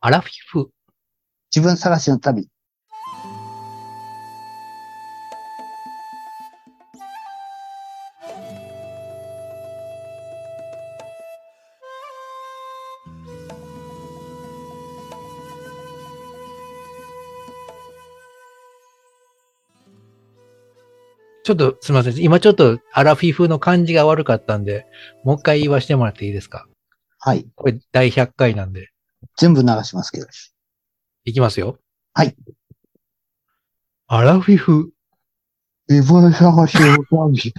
アラフィフ。自分探しの旅。ちょっとすみません。今ちょっとアラフィフの感じが悪かったんで、もう一回言わせてもらっていいですかはい。これ第100回なんで。全部流しますけど。いきますよ。はい。アラフィフ。自分探しの旅。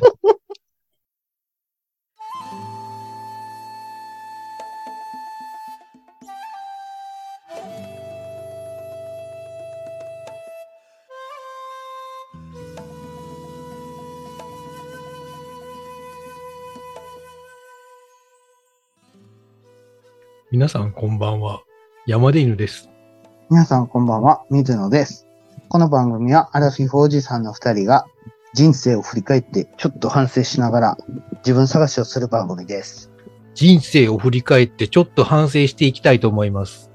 皆さんこんばんは。山で犬です。 皆さんこんばんは、水野です。この番組はアラフィフおじさんの二人が人生を振り返ってちょっと反省しながら自分探しをする番組です。人生を振り返ってちょっと反省していきたいと思います。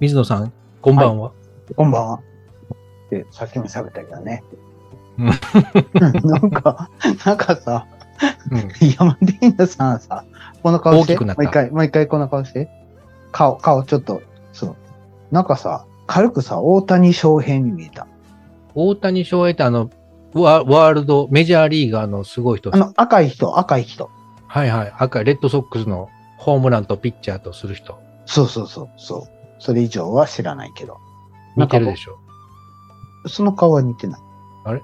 水野さん、こんばんは。こんばんは。でさっきも喋ったけどね。うん なんか、なんかさ、うん。山ディーナさんさ、この顔して、大きくなったもう一回、もう一回この顔して。顔、顔ちょっと、そう。なんかさ、軽くさ、大谷翔平に見えた。大谷翔平ってあの、ワワールド、メジャーリーガーのすごい人あ。の、赤い人、赤い人。はいはい。赤い、レッドソックスのホームランとピッチャーとする人。そうそうそう、そう。それ以上は知らないけど。似てるでしょ。その顔は似てない。あれ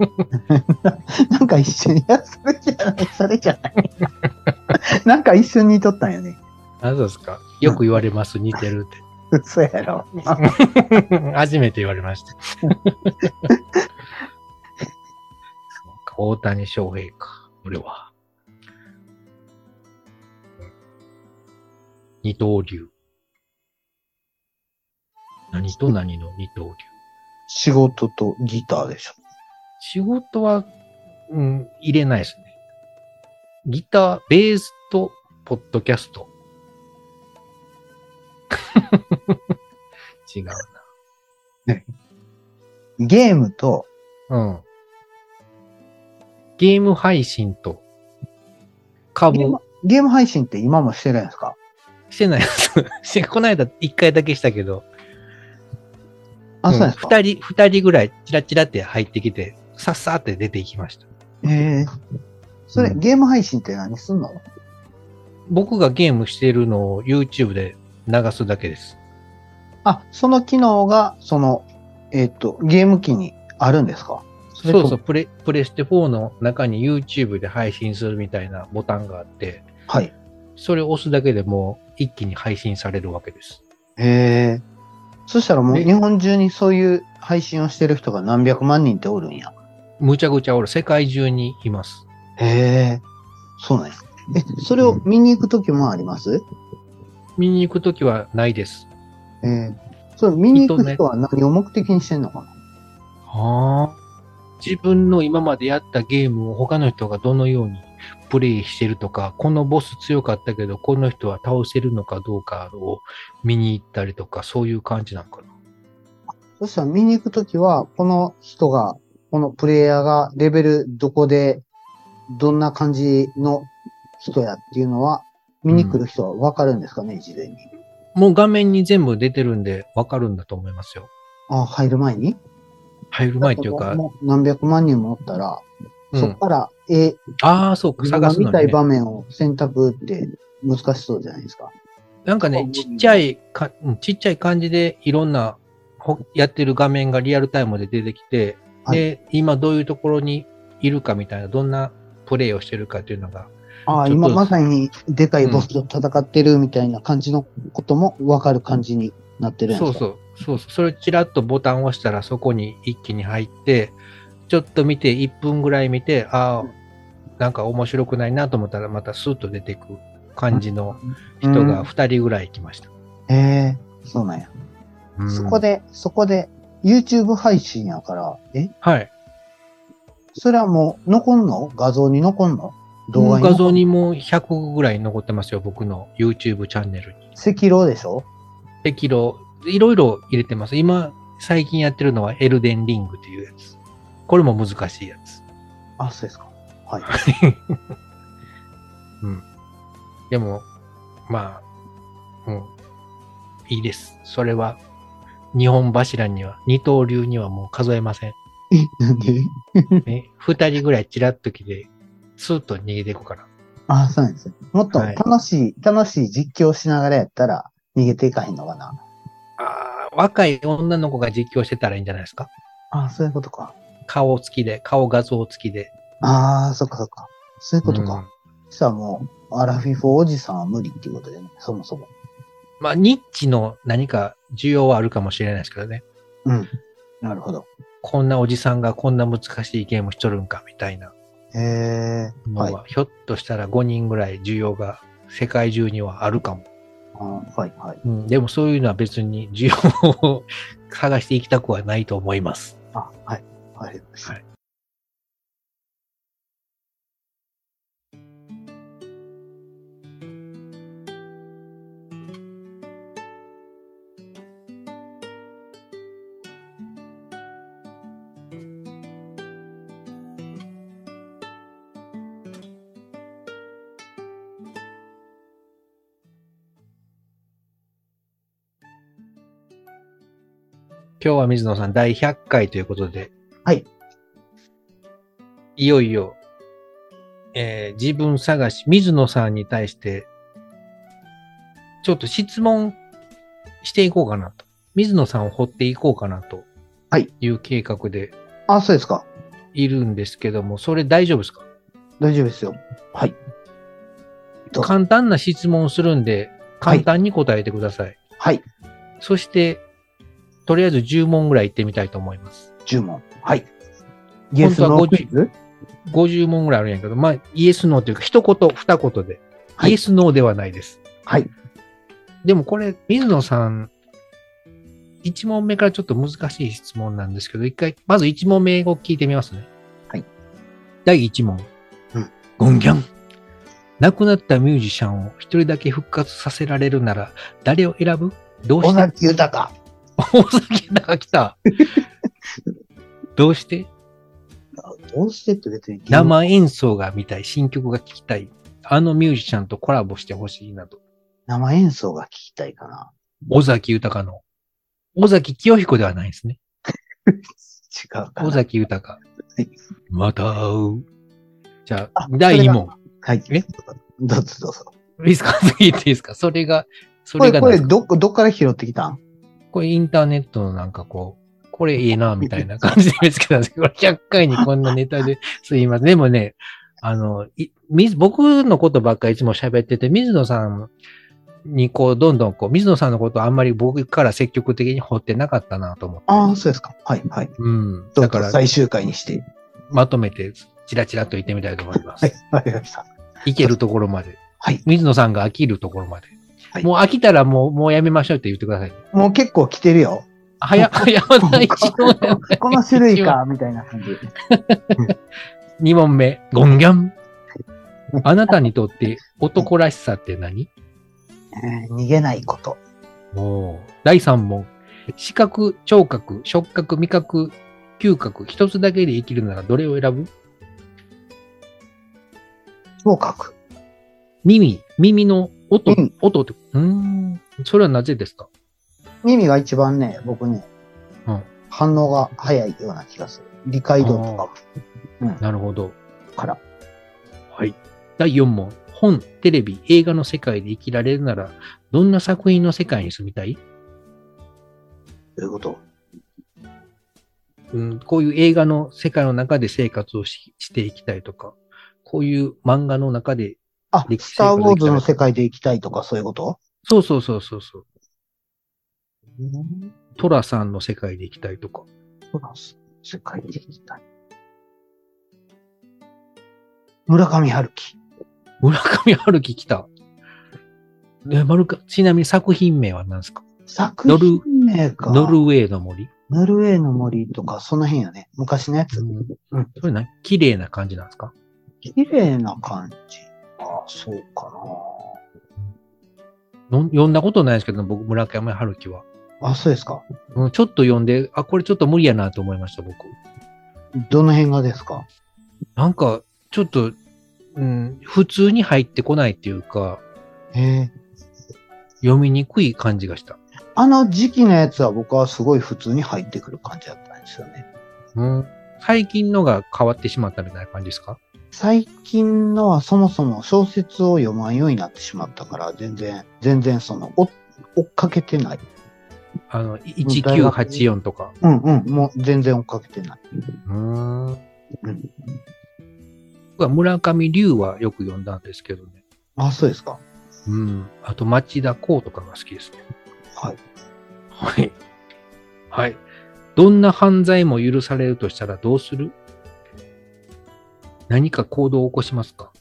なんか一緒に、いや、それじゃない、それじゃない。 なんか一緒に似とったんよね。あ、そうですか。よく言われます。似てるっ嘘やろ。て。 初めて言われました。そうか大谷翔平か。俺は。二刀流。何と何の二刀流。仕事とギターでしょ。仕事は、うん、入れないですね。ギター、ベースと、ポッドキャス ト。違うゲームと、な。うん。ゲーム配信と、株ゲー、ムゲーム配信って今もしてるんですかしてない です。しこの間一回だけしたけど、あ、うんそうなんですか、二人、二人ぐらい、チラチラって入ってきて、さっさって出ていきました。ええそれ、うんゲーム配信って何すんの僕がゲームしてるのを YouTube で流すだけです。あ、その機能が、その、えっ、と、ゲーム機にあるんですかれそうとそう、プレ、プレステ4の中に YouTube で配信するみたいなボタンがあって、はい。それを押すだけでもう一気に配信されるわけです。へえ。そしたらもうで日本中にそういう配信をしてる人が何百万人っておるんや。むちゃくちゃおる。世界中にいます。へえ。そうなんや。え、それを見に行くときもあります見に行くときはないです。ええ。それ見に行く人は何を目的にしてんのかなはあ。自分の今までやったゲームを他の人がどのようにプレイしてるとか、このボス強かったけど、この人は倒せるのかどうかを見に行ったりとか、そういう感じなんかな。そしたら見に行くときは、この人が、このプレイヤーがレベルどこで、どんな感じの人やっていうのは、見に来る人はわかるんですかね、事前に。もう画面に全部出てるんで、わかるんだと思いますよ。あ、入る前に入る前っていうか、もう何百万人もおったら、うんそこから、え、ああ、そうか、自探分がすの見たに、いね。場面を選択って難しそうじゃないですか。なんかね、ちっちゃいか、うんちっちゃい感じでいろんなほやってる画面がリアルタイムで出てきて、はいで、今どういうところにいるかみたいな、どんなプレイをしてるかっていうのが、ああ、ちょっと今まさにでかいボスと戦ってるみたいな感じのこともわかる感じになってるんですそかうそう、そうそう、それちらっとボタンを押したらそこに一気に入って、ちょっと見て、1分ぐらい見て、ああ、なんか面白くないなと思ったら、またスーッと出てく感じの人が2人ぐらい来ました。へえ、そうなんや。うんそこで、そこで、YouTube 配信やから、えはい。それはもう残んの画像に残んの動画に画像にも100ぐらい残ってますよ、僕の YouTube チャンネルに。赤狼でしょ適量、いろいろ入れてます。今、最近やってるのはエルデンリングというやつ。これも難しいやつ。あ、そうですか。 はい。うん。でも、まあ、うん。いいです。それは、日本柱には、二刀流にはもう数えません。え、なんでね、二人ぐらいチラッと来て、スーッと逃げていくから。あ、そうなんですね。もっとはい楽しい、楽しい実況しながらやったら逃げていかへんのかな。ああ、若い女の子が実況してたらいいんじゃないですか。あ、そういうことか。顔付きで、顔画像付きで。ああ、そっかそっか。そういうことうんか。そしたらもう、アラフィフおじさんは無理っていうことでね、そもそも。まあ、ニッチの何か需要はあるかもしれないですけどね。うん。なるほど。こんなおじさんがこんな難しいゲームしとるんか、みたいなへえ。のはい。は、あひょっとしたら5人ぐらい需要が世界中にはあるかも。はい、はい。うん、でもそういうのは別に需要を 探していきたくはないと思います。あ、はい。わかりました。はい今日は水野さん第100回ということで。はい。いよいよ、えー自分探し、水野さんに対して、ちょっと質問していこうかなと。水野さんを掘っていこうかなと。はい。いう計画であ、そうですか。いるんですけども、それ大丈夫ですか大丈夫ですよ。はい。どうぞ簡単な質問するんで、簡単に答えてください。はい。そして、とりあえず10問ぐらい行ってみたいと思います。 10問。はい。イエスの本当は50クイズ50問ぐらいあるんやけど、まあ、イエスノーというか、一言、二言で。はいイエスノーではないです。はい。でもこれ、水野さん、1問目からちょっと難しい質問なんですけど、一回、まず1問目を聞いてみますね。はい。第1問。うん。ゴンギャン。亡くなったミュージシャンを一人だけ復活させられるなら、誰を選ぶどう尾して崎豊。大崎中来 た。どうしてどうしてって別に。生演奏が見たい、新曲が聴きたい、あのミュージシャンとコラボしてほしいなと。生演奏が聞きたいかな。尾崎豊の。尾崎清彦ではないですね。違うかな。尾崎豊い。また会う。じゃああ、第2問。はい。えどうぞどうぞ。いいですか次行っていいですかそれが、そこれれ、がこなんでれ、すかど、どっから拾ってきたんこれインターネットのなんかこう、これいいな、みたいな感じで見つけたんですけど、100回 にこんなネタですいません。でもね、あの、いみ僕のことばっかりいつも喋ってて、水野さんにこう、どんどんこう、水野さんのことあんまり僕から積極的に掘ってなかったなと思って。ああ、そうですか。はい、はい。うん。だだか、からら、最終回にして。まとめて、チラチラっと言ってみたいと思いまはすい。、わかりました。いけるところまで。はい。水野さんが飽きるところまで。はいもう飽きたらもう、もうやめましょうって言ってください。もう結構来て るよ。早、早まない一問目この種類か、みたいな感じ。 2問目、ゴンギャン。あなたにとって男らしさって何えー逃げないこと。おー第3問、視覚、聴覚、触覚、味覚、嗅覚、一つだけで生きるならどれを選ぶ聴覚。耳、耳の音うん、音って、うーん、それはなぜですか耳が一番ね、僕ね、うん反応が早いような気がする。理解度とかも。うん。なるほど。から。はい。第4問、本、テレビ、映画の世界で生きられるなら、どんな作品の世界に住みたいということ。うん、こういう映画の世界の中で生活をししていきたいとか、こういう漫画の中で、あ、歴史スター・ウォーズの世界で行きたいとか、そういうことそうそうそうそうそう、うん。トラさんの世界で行きたいとか、そうなんです世界で行きたい。村上春樹。村上春樹来た。ね、まるか、ちなみに作品名は何ですか作品名か。ノルウェーの森、ノルウェーの森とか、その辺やね。昔のやつ。うん、それ何綺麗な感じなんですか綺麗な感じ。ああ、そうかの読んだことないですけど、僕、村上春樹は。あ、そうですか。うんちょっと読んで、あ、これちょっと無理やなと思いました、僕。どの辺がですかなんか、ちょっと、うん、普通に入ってこないっていうか、へえ。読みにくい感じがした。あの時期のやつは僕はすごい普通に入ってくる感じだったんですよね。うん、最近のが変わってしまったみたいな感じですか最近のはそもそも小説を読まんようになってしまったから、全然、全然その、追追っかけてない。あの、い1984とか。うんうん、もう全然追っかけてない。うん。うん。僕は村上龍はよく読んだんですけどね。あ、そうですか。うん。あと、町田光とかが好きですね。はい。はい。はい。どんな犯罪も許されるとしたらどうする何か行動を起こしますか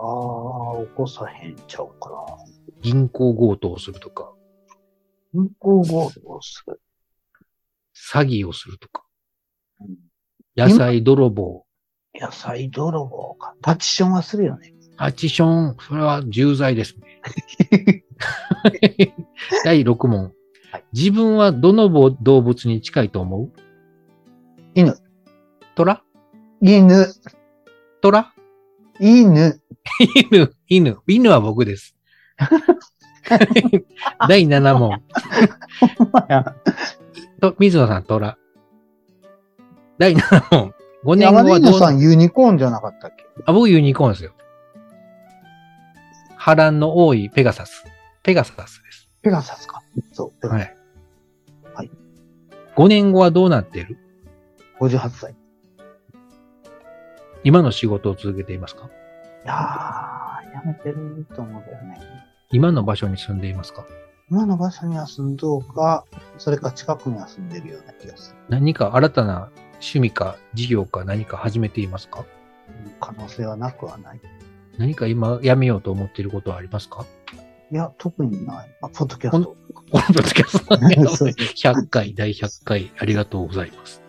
ああ、起こさへんちゃうかな。銀行強盗をするとか、銀行強盗をする。詐欺をするとかうん、野菜泥棒、野菜泥棒か。パチションはするよね。アチション、それは重罪ですね。 第6問はい。自分はどのぼ動物に近いと思う犬。虎犬、虎犬。犬、犬。犬は僕 です。第7問。と、水野さん、虎。第7問。5年後山は根どうさんユニコーンじゃなかったっけあ、僕ユニコーンですよ。波乱の多いペガサス。ペガサスです。ペガサスか。そう。、はいい。はい。 5年後はどうなっている58歳。い今の仕事を続けていますかやー、やめてると思うんだよね。今の場所に住んでいますか今の場所には住んどうか、それか近くには住んでるような気がする。何か新たな趣味か事業か何か始めていますか可能性はなくはない。何か今やめようと思っていることはありますかいや、特にない。あ、ポッドキャスト。このポッドキャストね そう100回、第100回、ありがとうございます。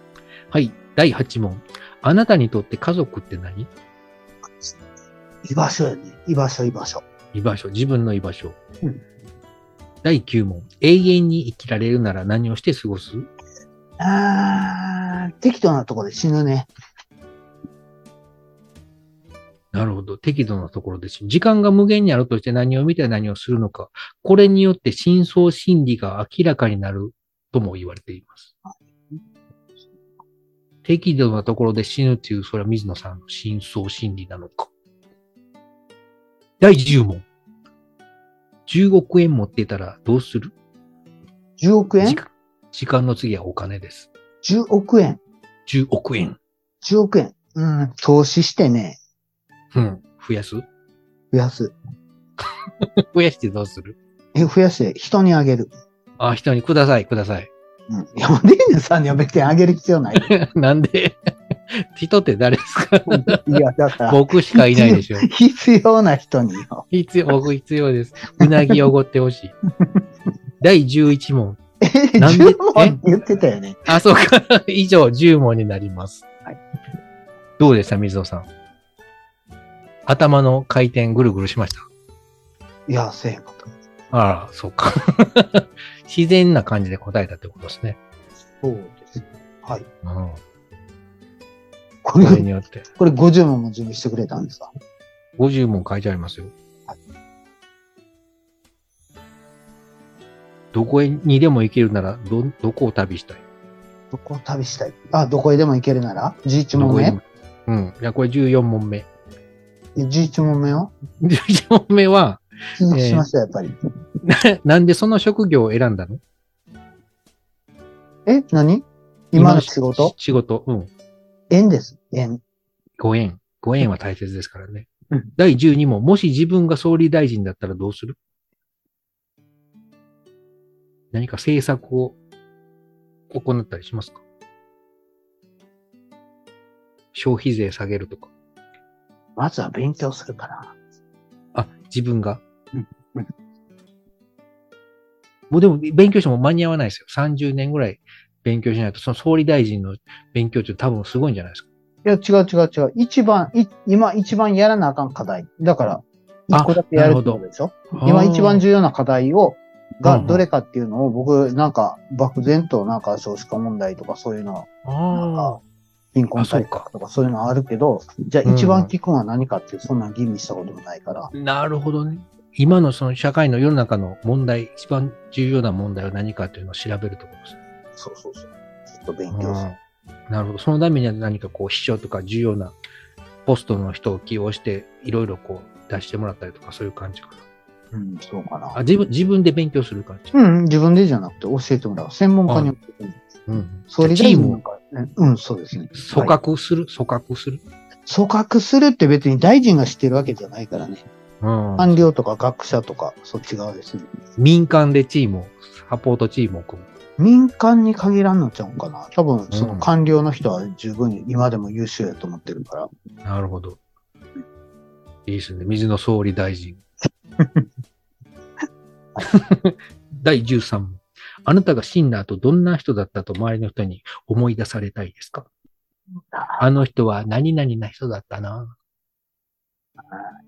はい、第8問。あなたにとって家族って何居場所やね。居場所、居場所。居場所、自分の居場所。うん第9問。永遠に生きられるなら何をして過ごすあー、適当なとこで死ぬね。なるほど。適度なところです。時間が無限にあるとして何を見て何をするのか。これによって真相心理が明らかになるとも言われています。適度なところで死ぬという、それは水野さんの真相心理なのか。第10問。10億円持っていたらどうする10億円時間時間の次はお金です。 ?10 億円。 10億円。 10億円。うん、投資してね、うん。増やす増やす。増やしてどうするえ、増やして人にあげる。あ、人にください、ください。うん。山根犬さんには別にあげる必要 ない。なんで 人って誰ですかいや、だから、僕しかいないでしょ。必要な人によ。必要、僕必要です。うなぎおごってほし い。第11問。え、なんで10問って言ってたよね。あ、そうか。 以上、10問になります。はいどうでした、水野さん。頭の回転ぐるぐるしました。いや、せえへんかった。あら、そうか。 自然な感じで答えたってことですね。そうです。はい。うん。こそれれ、によって。これ50問も準備してくれたんですか50問書いてありますよはい。どこへにでも行けるなら、ど、どこを旅したいどこを旅したいあ、どこへでも行けるなら ?11 ど問こへで目もうん。いや、これ14問目。え ?11 問目を14問目は、 続きしました、やっぱり。なんでその職業を選んだのえ何今の仕今の事仕事。うん。縁です。縁。ご縁。ご縁は大切ですからね。うん第12問。もし自分が総理大臣だったらどうする何か政策を行ったりしますか消費税下げるとか。まずは勉強するかな。あ、自分がうんうん。もうでも勉強しても間に合わないですよ。30年ぐらい勉強しないと、その総理大臣の勉強中多分すごいんじゃないですか。いや、違う違う違う。一番、い今一番やらなあかん課題。だから、あ一個だけやるなるほっどてことでしょ今一重番重要な課題を、うがんうんどれかっていうのを僕、なんか、漠然となんか少子化問題とかそういうの、要。なんあか、貧あ困対そう策かとかそういうのあるけど、じゃあうん一番聞くのは何かっていう、そんなん吟味したこともないから。あなるほどね。今のその社会の世の中の問題、一番重要な問題は何かというのを調べるところです。そうそうそう。ちょっと勉強する。うんなるほど。そのためには何かこう、秘書とか重要なポストの人を起用して、いろいろこう、出してもらったりとか、そういう感じかうん、そうかな。あな。自分自分で勉強する感じ。うん、自分でじゃなくて教えてもらう。専門家に教えてもらう。うん。それチでーもムなんかね、うん、そうですね。組はい閣する、組閣する。組閣するって別に大臣が知ってるわけじゃないからね。うん官僚とか学者とか、そっち側ですね。民間でチームを、サポートチームを組む。民間に限らんのちゃうんかな。多分、そうのん官僚の人は十分に今でも優秀やと思ってるから。なるほど。いいですね。水野総理大臣。 第13問。あなたが死んだ後、どんな人だったと周りの人に思い出されたいですかあの人は何々な人だったな。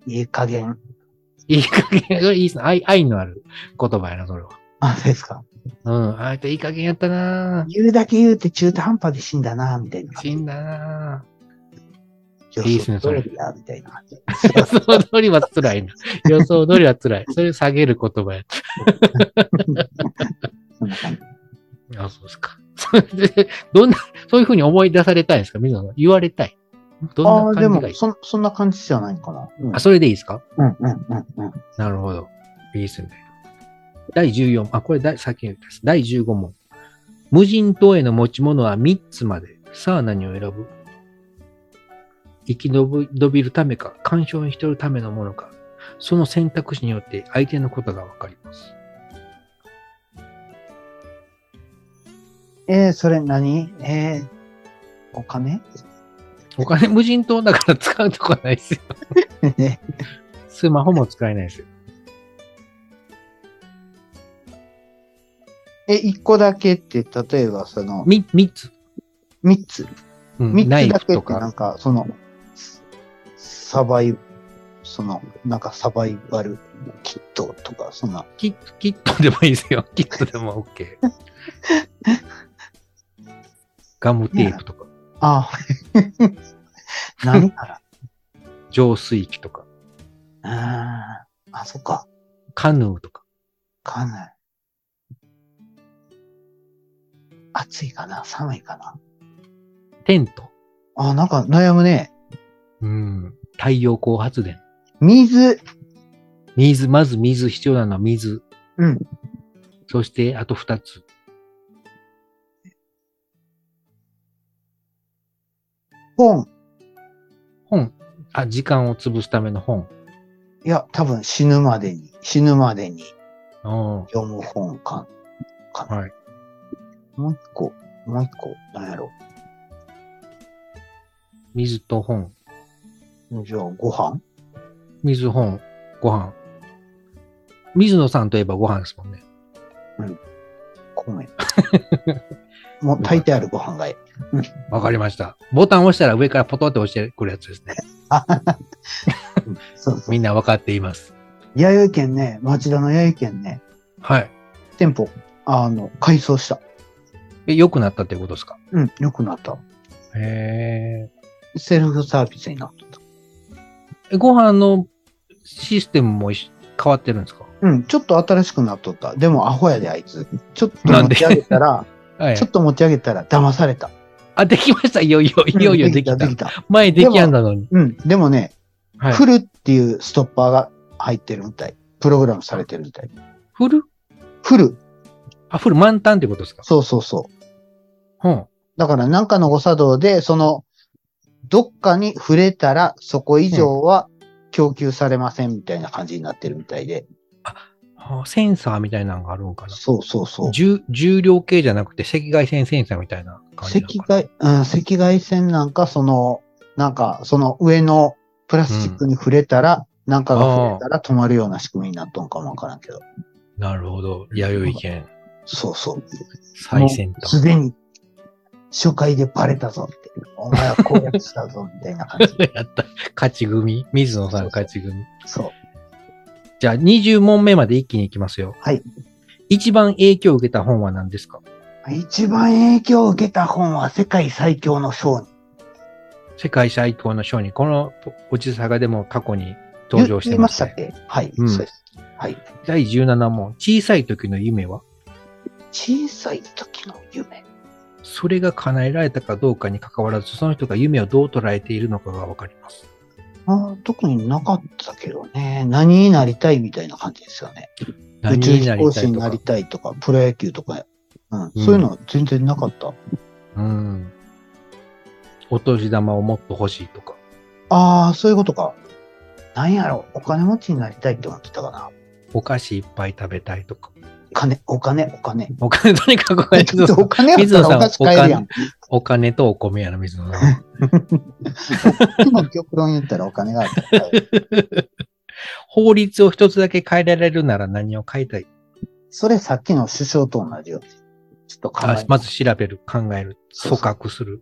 いい加減。 いい加減、それいいっすね愛愛のある言葉やな、それは。あ、そうですか。うん、あの人いい加減やったな。言うだけ言うて中途半端で死んだな、みたいな。死んだな。いいいっすねそれ通りや、みたいな。予想通りは辛いな。予想通りは辛い。それ下げる言葉や。そんな感じ。あ、そうですか。 それで、どんな、そういうふうに思い出されたいんですか水野さん。言われたい。あどあんー、な感でじがもいい、そ、そんな感じじゃないかな。うんあ、、それでいいですかうん、うん、うん。うんなるほど。いいですね。第14、あ、これ第、先に言ったやつ第15問。無人島への持ち物は3つまで。さあ何を選ぶ生き延び延びるためか、干渉にしてるためのものか。その選択肢によって相手のことがわかります。えー、それ何えー、お金 お金無人島だから使うとこはないですよ。スマホも使えないですよ。え、一個だけって、例えばその、み、三つ。三つ。うん三つナイだフけとってなか。んか、その、サバイ、その、なんかサバイバルキットとか、そんな、キット、キットでもいいです よ。キットでも OK。ガムテープとか、あ あ、何から 浄水器とか、あーあ、そっか、カヌーとか。かなり。暑いかな寒いかなテント。あ、なんか悩むね。うん。太陽光発電。水。水、まず水、必要なのは水。うん。そして、あと二つ。本。本。あ、時間を潰すための本。いや、多分死ぬまでに、死ぬまでにうん。読む本か、かな。はい。もう一個、もう一個、なんやろ。水と本。じゃあ、ご飯水、本、ご飯。水野さんといえばご飯ですもんね。 米。もう炊いてあるご飯がいい。わかりました。ボタン押したら上からポトって押してくるやつですね。そうそうみんなわかっています。弥生県ね、町田の弥生県ね、はい。店舗、あの、改装した。え、良くなったってことですかうん、良くなった。へセルフサービスになった。え。ご飯のシステムも一緒変わってるんですかうん、ちょっと新しくなっとった。でも、アホやで、あいつ。ちょっとなん持でち上げ たら、はいちょっと持ち上げたら、騙された。あ、できました。いよいよ、いよいようんできた。できた。前できやんだのに。うん、でもね、はい。フルっていうストッパーが入ってるみたい。プログラムされてるみたい。フルフル。あ、フル満タンってことですかそうそうそう。うん。だからなんかの誤作動で、その、どっかに触れたら、そこ以上は供給されませんみたいな感じになってるみたいで。あセンサーみたいなのがあるんかなそうそうそう。赤重重量計じゃなくて赤外線センサーみたいな感じなのかな外、うん、赤外線なんか、その、なんか、その上のプラスチックに触れたら、なんかが触れたら止まるような仕組みになっとんかもわからんけど。なるほど。弥生県。そうそう。最先もうす端。でに、初回でバレたぞって。お前は攻略したぞ、みたいな感 じ。やった。勝ち組。水野さん勝ち組。そう。じゃあ、20問目まで一気に行きますよ。はい。一番影響を受けた本は何ですか一番影響を受けた本は世界最強の商人。世界最高の賞に、このおじさがでも過去に登場して言いま、ますしたっね。けはい、うんそうです。はい。第17問、小さい時の夢は小さい時の夢。それが叶えられたかどうかに関わらず、その人が夢をどう捉えているのかがわかります。あー特になかったけどね。何になりたいみたいな感じですよね。宇何宙に飛な行りたい士にとなかり。たいとか、プロ野球とか、うんうんそういうのは全然なかった。うん。お年玉をもっと欲しいとか。ああ、そういうことか。なんやろ、お金持ちになりたいって思ってたかな。お菓子いっぱい食べたいとか。金、お金、お金。お金、とにかくお 金とお金やったらお菓子買えるやん。お金とお米やな、水野さん。今、極論言ったらお金があったら買える。法律を一つだけ変えられるなら何を変えたいそれさっきの首相と同じよ。ちょっと考えあてまず調べる、考える、そう組そう閣する。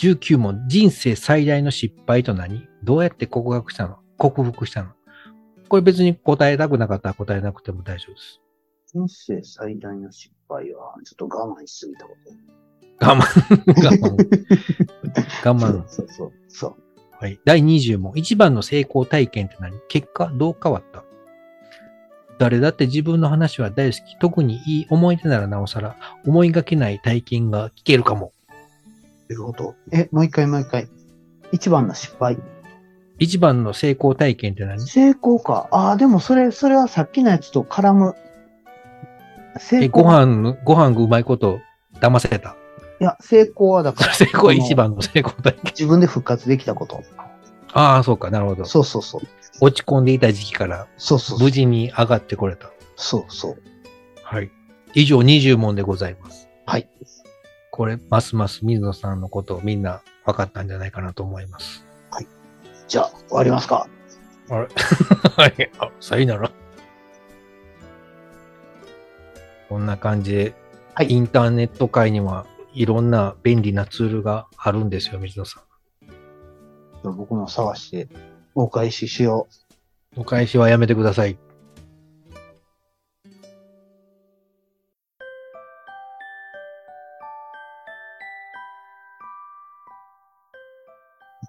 19問、人生最大の失敗と何どうやって告白したの克服したのこれ別に答えたくなかったら答えなくても大丈夫です。人生最大の失敗は、ちょっと我慢しすぎたこと。我慢。我慢。我慢。そうそうそう。そうはい。第20問。一番の成功体験って何結果どう変わった誰だって自分の話は大好き。特にいい思い出ならなおさら、思いがけない体験が聞けるかも。ということ。え、もう一回もう一回。一番の失敗。一番の成功体験って何成功か。ああ、でもそれ、それはさっきのやつと絡む。成え、ご飯の、ご飯がうまいこと騙せた。いや、成功はだそかれら、成功一番の成功体験。自分で復活できたこと。ああ、そうか、なるほど。そうそうそう。落ち込んでいた時期からそうそうそう無。事に上がってこれた。そうそう。はい。以上20問でございます。はい。これ、ますます水野さんのことをみんな分かったんじゃないかなと思います。じゃあ、終わりますか。あれはい。あ、さよなら。こんな感じで、はいインターネット界にはいろんな便利なツールがあるんですよ、水野さん。僕も探して、お返ししよう。お返しはやめてください。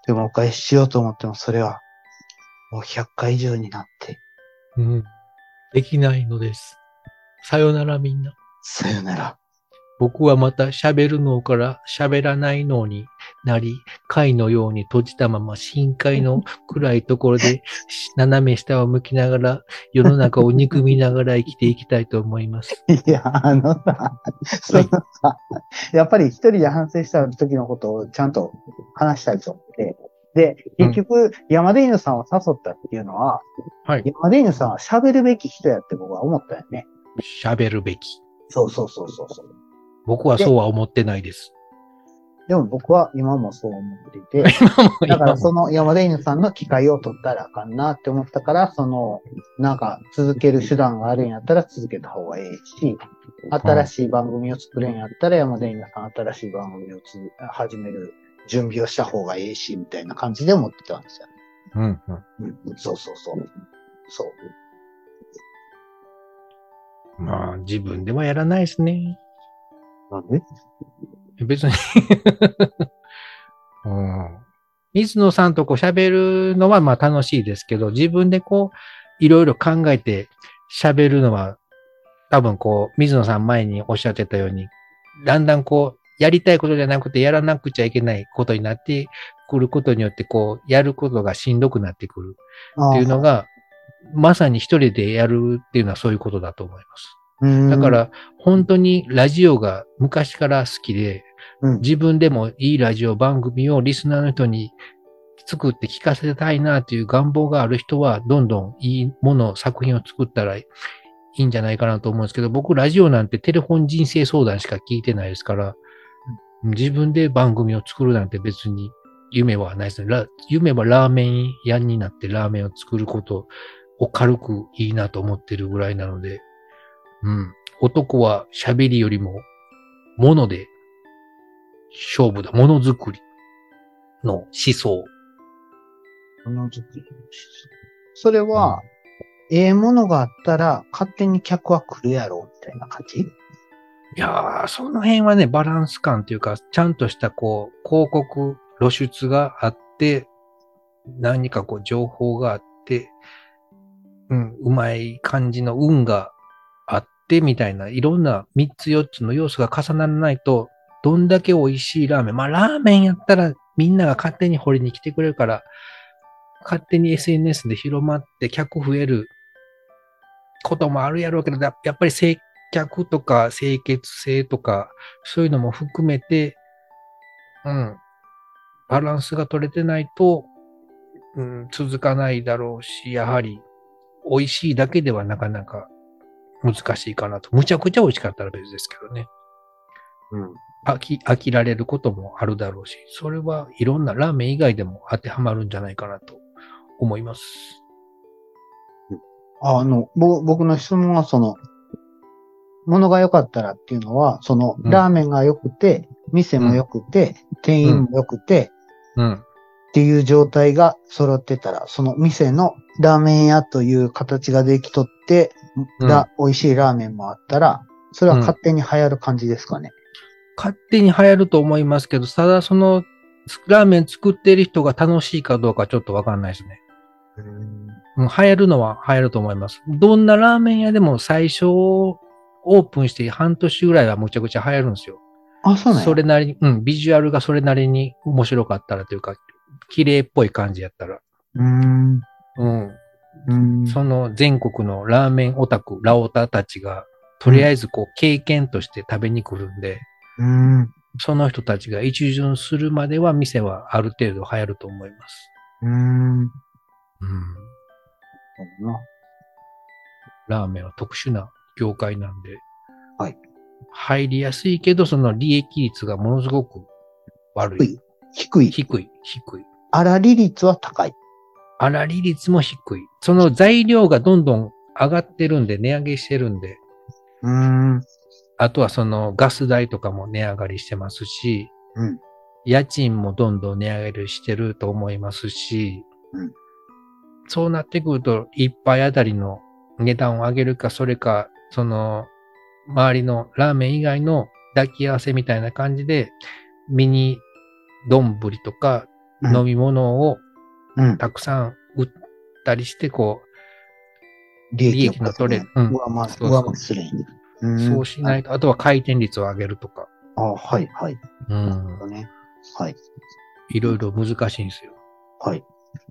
でもお返ししようと思っても、それは、もう100回以上になって、うん。できないのです。さよならみんな。さよなら。僕はまた喋る脳から喋らない脳になり、貝のように閉じたまま深海 の暗いところでし斜め下を向きながら世の中を憎みながら生きていきたいと思います。いや、あのさ、そのさ、やっぱり一人で反省した時のことをちゃんと話したいと思って、で、結局、山田犬さんを誘ったっていうのは、はい山田犬さんは喋るべき人やって僕は思ったよね。喋るべき。そうそうそうそうそう。僕はそうは思ってないです。でも僕は今もそう思っていて、だからその山田犬さんの機会を取ったらあかんなって思ったから、その、なんか続ける手段があるんやったら続けた方がええし、新しい番組を作るんやったら山田犬さん新しい番組をつ始める準備をした方がええし、みたいな感じで思ってたんですよ。うんうんうん、そうそうそう。そう。まあ自分ではやらないですね。なんで別に うん。水野さんとこう喋るのはまあ楽しいですけど、自分でこう、いろいろ考えて喋るのは、多分こう、水野さん前におっしゃってたように、だんだんこう、やりたいことじゃなくて、やらなくちゃいけないことになってくることによって、こう、やることがしんどくなってくるっていうのが、まさに一人でやるっていうのはそういうことだと思います。がだか、ら、本当にラジオが昔から好きで、うん自分でもいいラジオ番組をリスナーの人に作って聞かせたいなという願望がある人は、どんどんいいものを、作品を作ったらいいんじゃないかなと思うんですけど、僕、ラジオなんてテレフォン人生相談しか聞いてないですから、自分で番組を作るなんて別に夢はないですね。ラ夢はラーメン屋になってラーメンを作ることを軽くいいなと思ってるぐらいなので、うん。男は喋りよりももので勝負だ。ものづくりの思想。ものづくりの思想それは、ええものがあったら勝手に客は来るやろ、みたいな感じいやー、その辺はね、バランス感というか、ちゃんとしたこう、広告露出があって、何かこう、情報があって、うん、うまい感じの運があって、みたいな、いろんな3つ4つの要素が重ならないと、どんだけ美味しいラーメン、まあラーメンやったらみんなが勝手に掘りに来てくれるから、勝手に SNS で広まって客増えることもあるやろうけど、ややっぱり正客とか清潔性とか、そういうのも含めて、うん、バランスが取れてないと、うん、続かないだろうし、やはり、美味しいだけではなかなか難しいかなと。むちゃくちゃ美味しかったら別ですけどね。うん。飽き、飽きられることもあるだろうし、それはいろんなラーメン以外でも当てはまるんじゃないかなと思います。あの、ぼ僕の質問はその、ものが良かったらっていうのは、その、うんラーメンが良くて、店も良くて、店員も良くて、うん。っていう状態が揃ってたら、その店のラーメン屋という形ができとって、うんら美味しいラーメンもあったら、それは勝手に流行る感じですかね。勝手に流行ると思いますけど、ただその、ラーメン作ってる人が楽しいかどうかちょっとわかんないですね。うん、流行るのは流行ると思います。どんなラーメン屋でも最初、オープンして半年ぐらいはむちゃくちゃ流行るんですよ。あ、そうなんや。それなりに、うん、ビジュアルがそれなりに面白かったらというか、綺麗っぽい感じやったら。うーん。うん。うん。その全国のラーメンオタク、ラオタたちが、とりあえずこう経験として食べに来るんで、うん。その人たちが一巡するまでは店はある程度流行ると思います。うん。うん。そうだなラーメンは特殊な業界なんで、はい。入りやすいけど、その利益率がものすごく悪い。低い。低い、低い。粗利率は高い。粗利率も低い。その材料がどんどん上がってるんで、値上げしてるんで、うーん。あとはそのガス代とかも値上がりしてますし、うん家賃もどんどん値上がりしてると思いますし、うんそうなってくると、一杯あたりの値段を上げるか、それか、その、周りのラーメン以外の抱き合わせみたいな感じで、ミニ丼とかうん飲み物をうん。たくさん売ったりして、こ利う、利益をの取れる。うん上回そうそう上回するんやうんそうしないと、あとは回転率を上げるとか。あ、はい、はい。うんなるほどね。はい。いろいろ難しいんですよ。はい。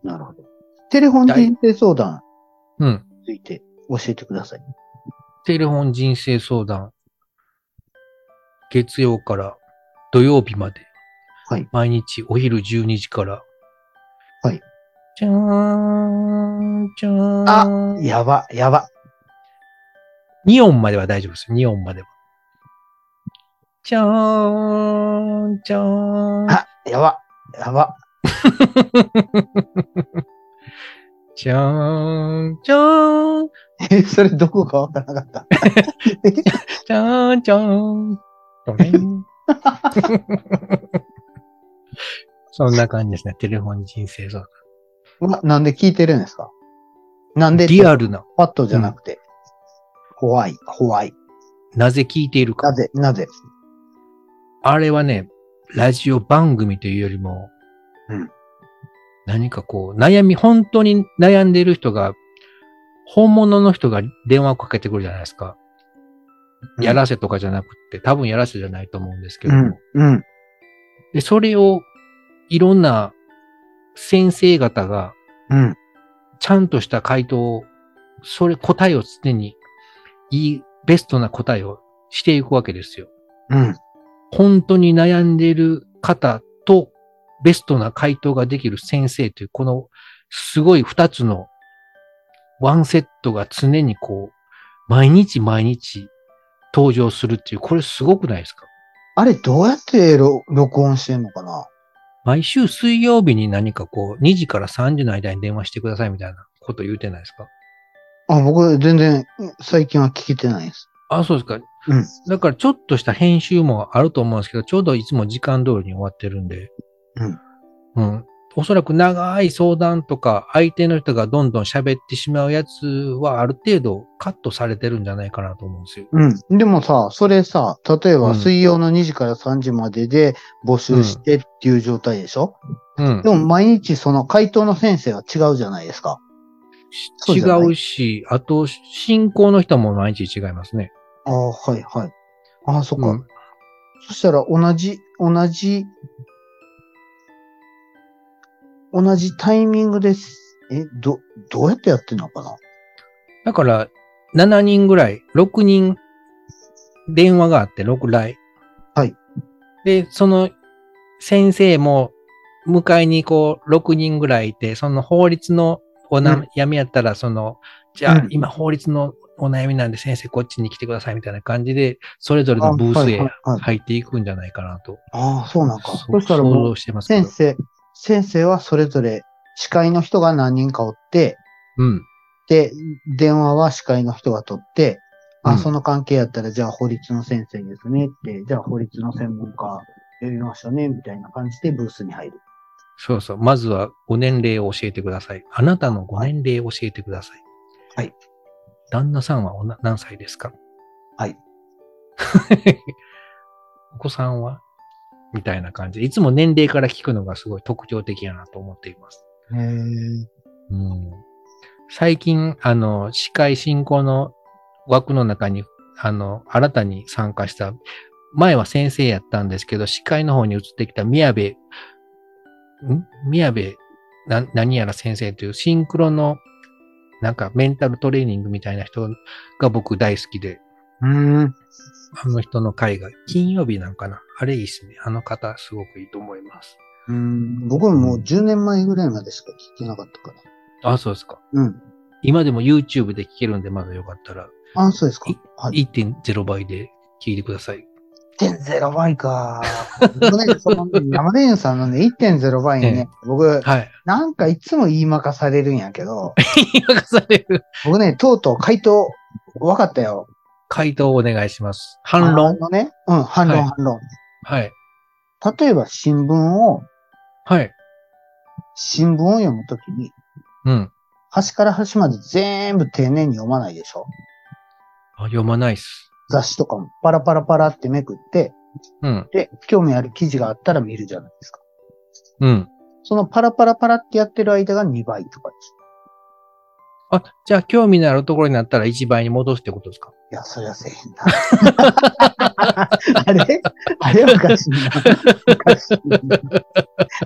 なるほど。テレフォン人生相談うん。について教えてください。テレフォン人生相談。月曜から土曜日まで。はい毎日お昼12時から。はい。じゃーん、じゃーん。あやば、やば。 2音までは大丈夫ですよ。2音までは。じゃーん、じゃーん。あ、やば、やば。じゃーん、じゃーん。え、それどこかわからなかった。じゃーん、じゃーん。ドレ ンそんな感じですね。テレフォン人生相談。うわなんで聞いてるんですかなんでリアルな、パッとじゃなくて。怖い、怖い。なぜ聞いているなか。ぜ、なぜ。あれはね、ラジオ番組というよりも、うん何かこう、悩み、本当に悩んでいる人が、本物の人が電話をかけてくるじゃないですか。うんやらせとかじゃなくて、多分やらせじゃないと思うんですけうども、ん、うん、で、それを、いろんな先生方が、うん、ちゃんとした回答を、それ、答えを常に、いい、ベストな答えをしていくわけですよ。うん。本当に悩んでいる方と、ベストな回答ができる先生という、この、すごい二つの、ワンセットが常にこう、毎日毎日登場するっていう、これすごくないですかあれ、どうやってろ録音してんのかな毎週水曜日に何かこう、2時から3時の間に電話してくださいみたいなこと言うてないですかあ、僕、全然、最近は聞けてないです。あ、そうですか。うんだからちょっとした編集もあると思うんですけど、ちょうどいつも時間通りに終わってるんで、うんうんおそらく長い相談とか、相手の人がどんどん喋ってしまうやつは、ある程度カットされてるんじゃないかなと思うんですよ。うん。でもさ、それさ、例えうばん水曜の2時から3時までで募集してっていう状態でしょ、うんで、も毎日その回答の先生が違うじゃないですか。そう違じゃないうし、あと、信仰の人も毎日違いますね。ああ、はいはい。ああ、そっか。うんそしたら同じ、同じ、同じタイミングです。え、ど、どうやってやってんのかなだから、7人ぐらい、6人、電話があって、6来。はい。で、その、先生も、迎えにこう、6人ぐらいいて、その法律のおうなん悩みやったら、その、じゃあ、うん今法律のお悩みなんで先生こっちに来てくださいみたいな感じで、それぞれのブースあはへいはいはい入っていくんじゃないかなと。ああ、そうなんか。そそしたら想もう像、してますけ先ど。生、先生はそれぞれ司会の人が何人かおって、うん。で、電話は司会の人が取って、うあ、んその関係やったら、じゃあ法律の先生ですねって、じゃあ法律の専門家呼びましたね、みたいな感じでブースに入る。そうそう。まずはご年齢を教えてください。あなたのご年齢を教えてください。はい。旦那さんはおな何歳ですかはい。 お子さんはみたいな感じで。いつも年齢から聞くのがすごい特徴的やなと思っています。へえ。うん、最近、あの、司会進行の枠の中に、あの、新たに参加した、前は先生やったんですけど、司会の方に移ってきた宮部、ん宮部な、何やら先生というシンクロの、なんかメンタルトレーニングみたいな人が僕大好きで、うーん。あの人の会が金曜日なんかなあれいいっすね。あの方すごくいいと思います。うん僕ももう10年前ぐらいまでしか聞けなかったから。あ、そうですか。うん。今でも YouTube で聞けるんで、まだよかったらあ、そうですかい。はい。 1.0倍で聞いてください。 1.0倍か。僕ね、その、山田園さんのね、1.0倍にえね、僕、はい。なんかいつも言いまかされるんやけど、言い訳される。僕ね、とうとう回答、わかったよ。回答をお願いします。反あ論。のね。うん、反論、はい反論。はい。例えば新聞を、はい。新聞を読むときに、うん。端から端まで全部丁寧に読まないでしょあ読まないっす。雑誌とかもパラパラパラってめくって、うん。で、興味ある記事があったら見るじゃないですか。うん。そのパラパラパラってやってる間が2倍とかです。あ、じゃあ興味のあるところになったら1倍に戻すってことですかいや、そりゃせえへん な。あれあれおかしいな。おかしいな。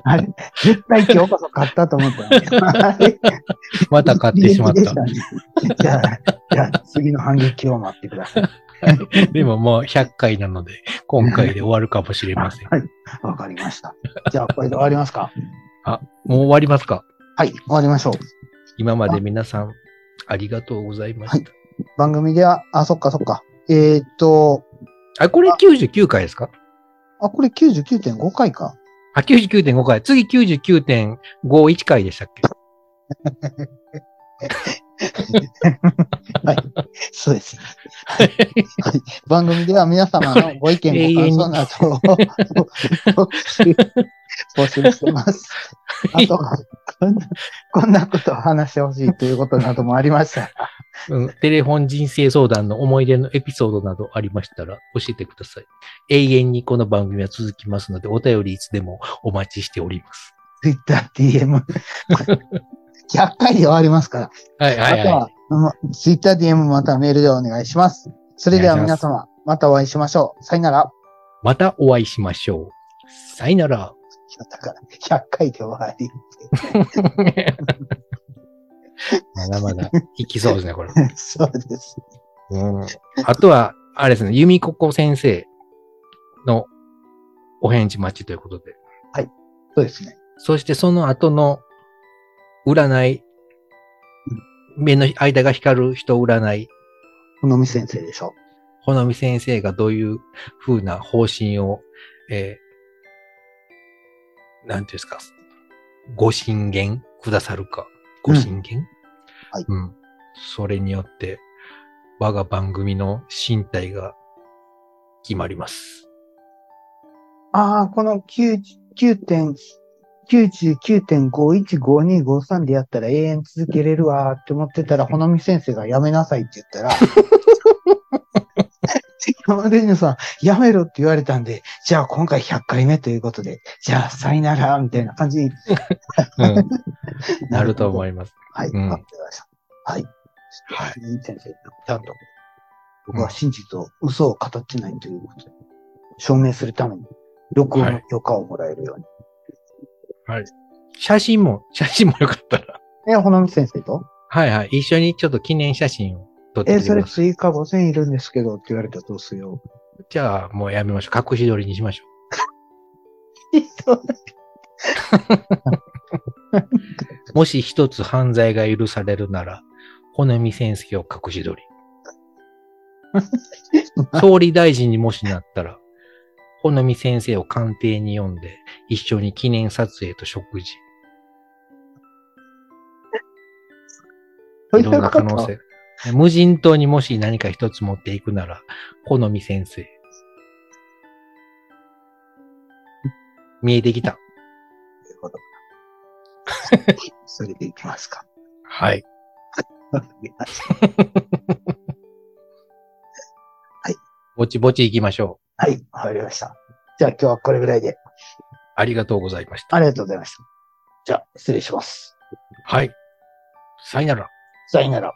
あれ絶対今日こそ買ったと思ったのに。あれまた買ってし まっギリギリでた。ね じゃあ、じゃあ次の反撃を待ってください。でももう100回なので、今回で終わるかもしれません。はい。わかりました。じゃあ、これで終わりますかもう終わりますかはい、終わりましょう。今まで皆さん、ありがとうございました。番組では、あ、そっかそっか。えーっと、あ、これ99回ですかあ、これ99.5回か。あ、99.5回。次99.51回でしたっけはい。そうです。はい。番組では皆様のご意見、ご感想などを募集募集してます。あと、こんな、こんなことを話してほしいということなどもありましたら。うんテレフォン人生相談の思い出のエピソードなどありましたら教えてください。永遠にこの番組は続きますので、お便りいつでもお待ちしております。 Twitter、DM。100回で終わりますから。はいはあいとはは、ツイッター DM またはメールでお願いします。それではお願いしま皆す様、またお会いしましょう。さよなら。い。またお会いしましょう。さよな ら。だから、100回で終わり。 まだまだいきそうですね、これ。そうです。うん、あとは、あれですね、由美子子先生のお返事待ちということで。そうですね。そしてその後の占い、目の間が光る人占い、このみ先生でしょ。ほのみ先生がどういう風な方針を、えーなんていうんですか、ご進言くださるか、ご進言、はいうん。それによって、我が番組の身体が決まります。ああ、この9 9 99.515253でやったら永遠続けれるわーって思ってたら、ほのみ先生がやめなさいって言ったら、山出犬さん、やめろって言われたんで、じゃあ今回100回目ということで、じゃあさよなら、みたいな感じにうん、 なると思いいます。はい、うんわかりました。はい。はいい。先生、ちゃんと、僕は真実を、嘘を語ってないということを証明するために、録音の許可をもらえるように。写真も、写真もよかったら。え、ほのみ先生とはいはい。一緒にちょっと記念写真を撮ってえ、きてそくれださい。追加5000いるんですけどって言われたらどうすよじゃあ、もうやめましょう。隠し撮りにしましょう。う。もし一つ犯罪が許されるなら、骨見先生を隠し撮 り。総理大臣にもしなったら、骨見先生を官邸に呼んで、一緒に記念撮影と食事。そういいろんうなこ可能と。性。無人島にもし何か一つ持っていくなら、好み先 生。見えてきた。それでいきますか。はい。わかりましたぼちぼち行きましょう。はい、わかりました。じゃあ今日はこれぐらいで、ありがとうございました。ありがとうございました。じゃあ、失礼します。はい。さよなら。さよなら。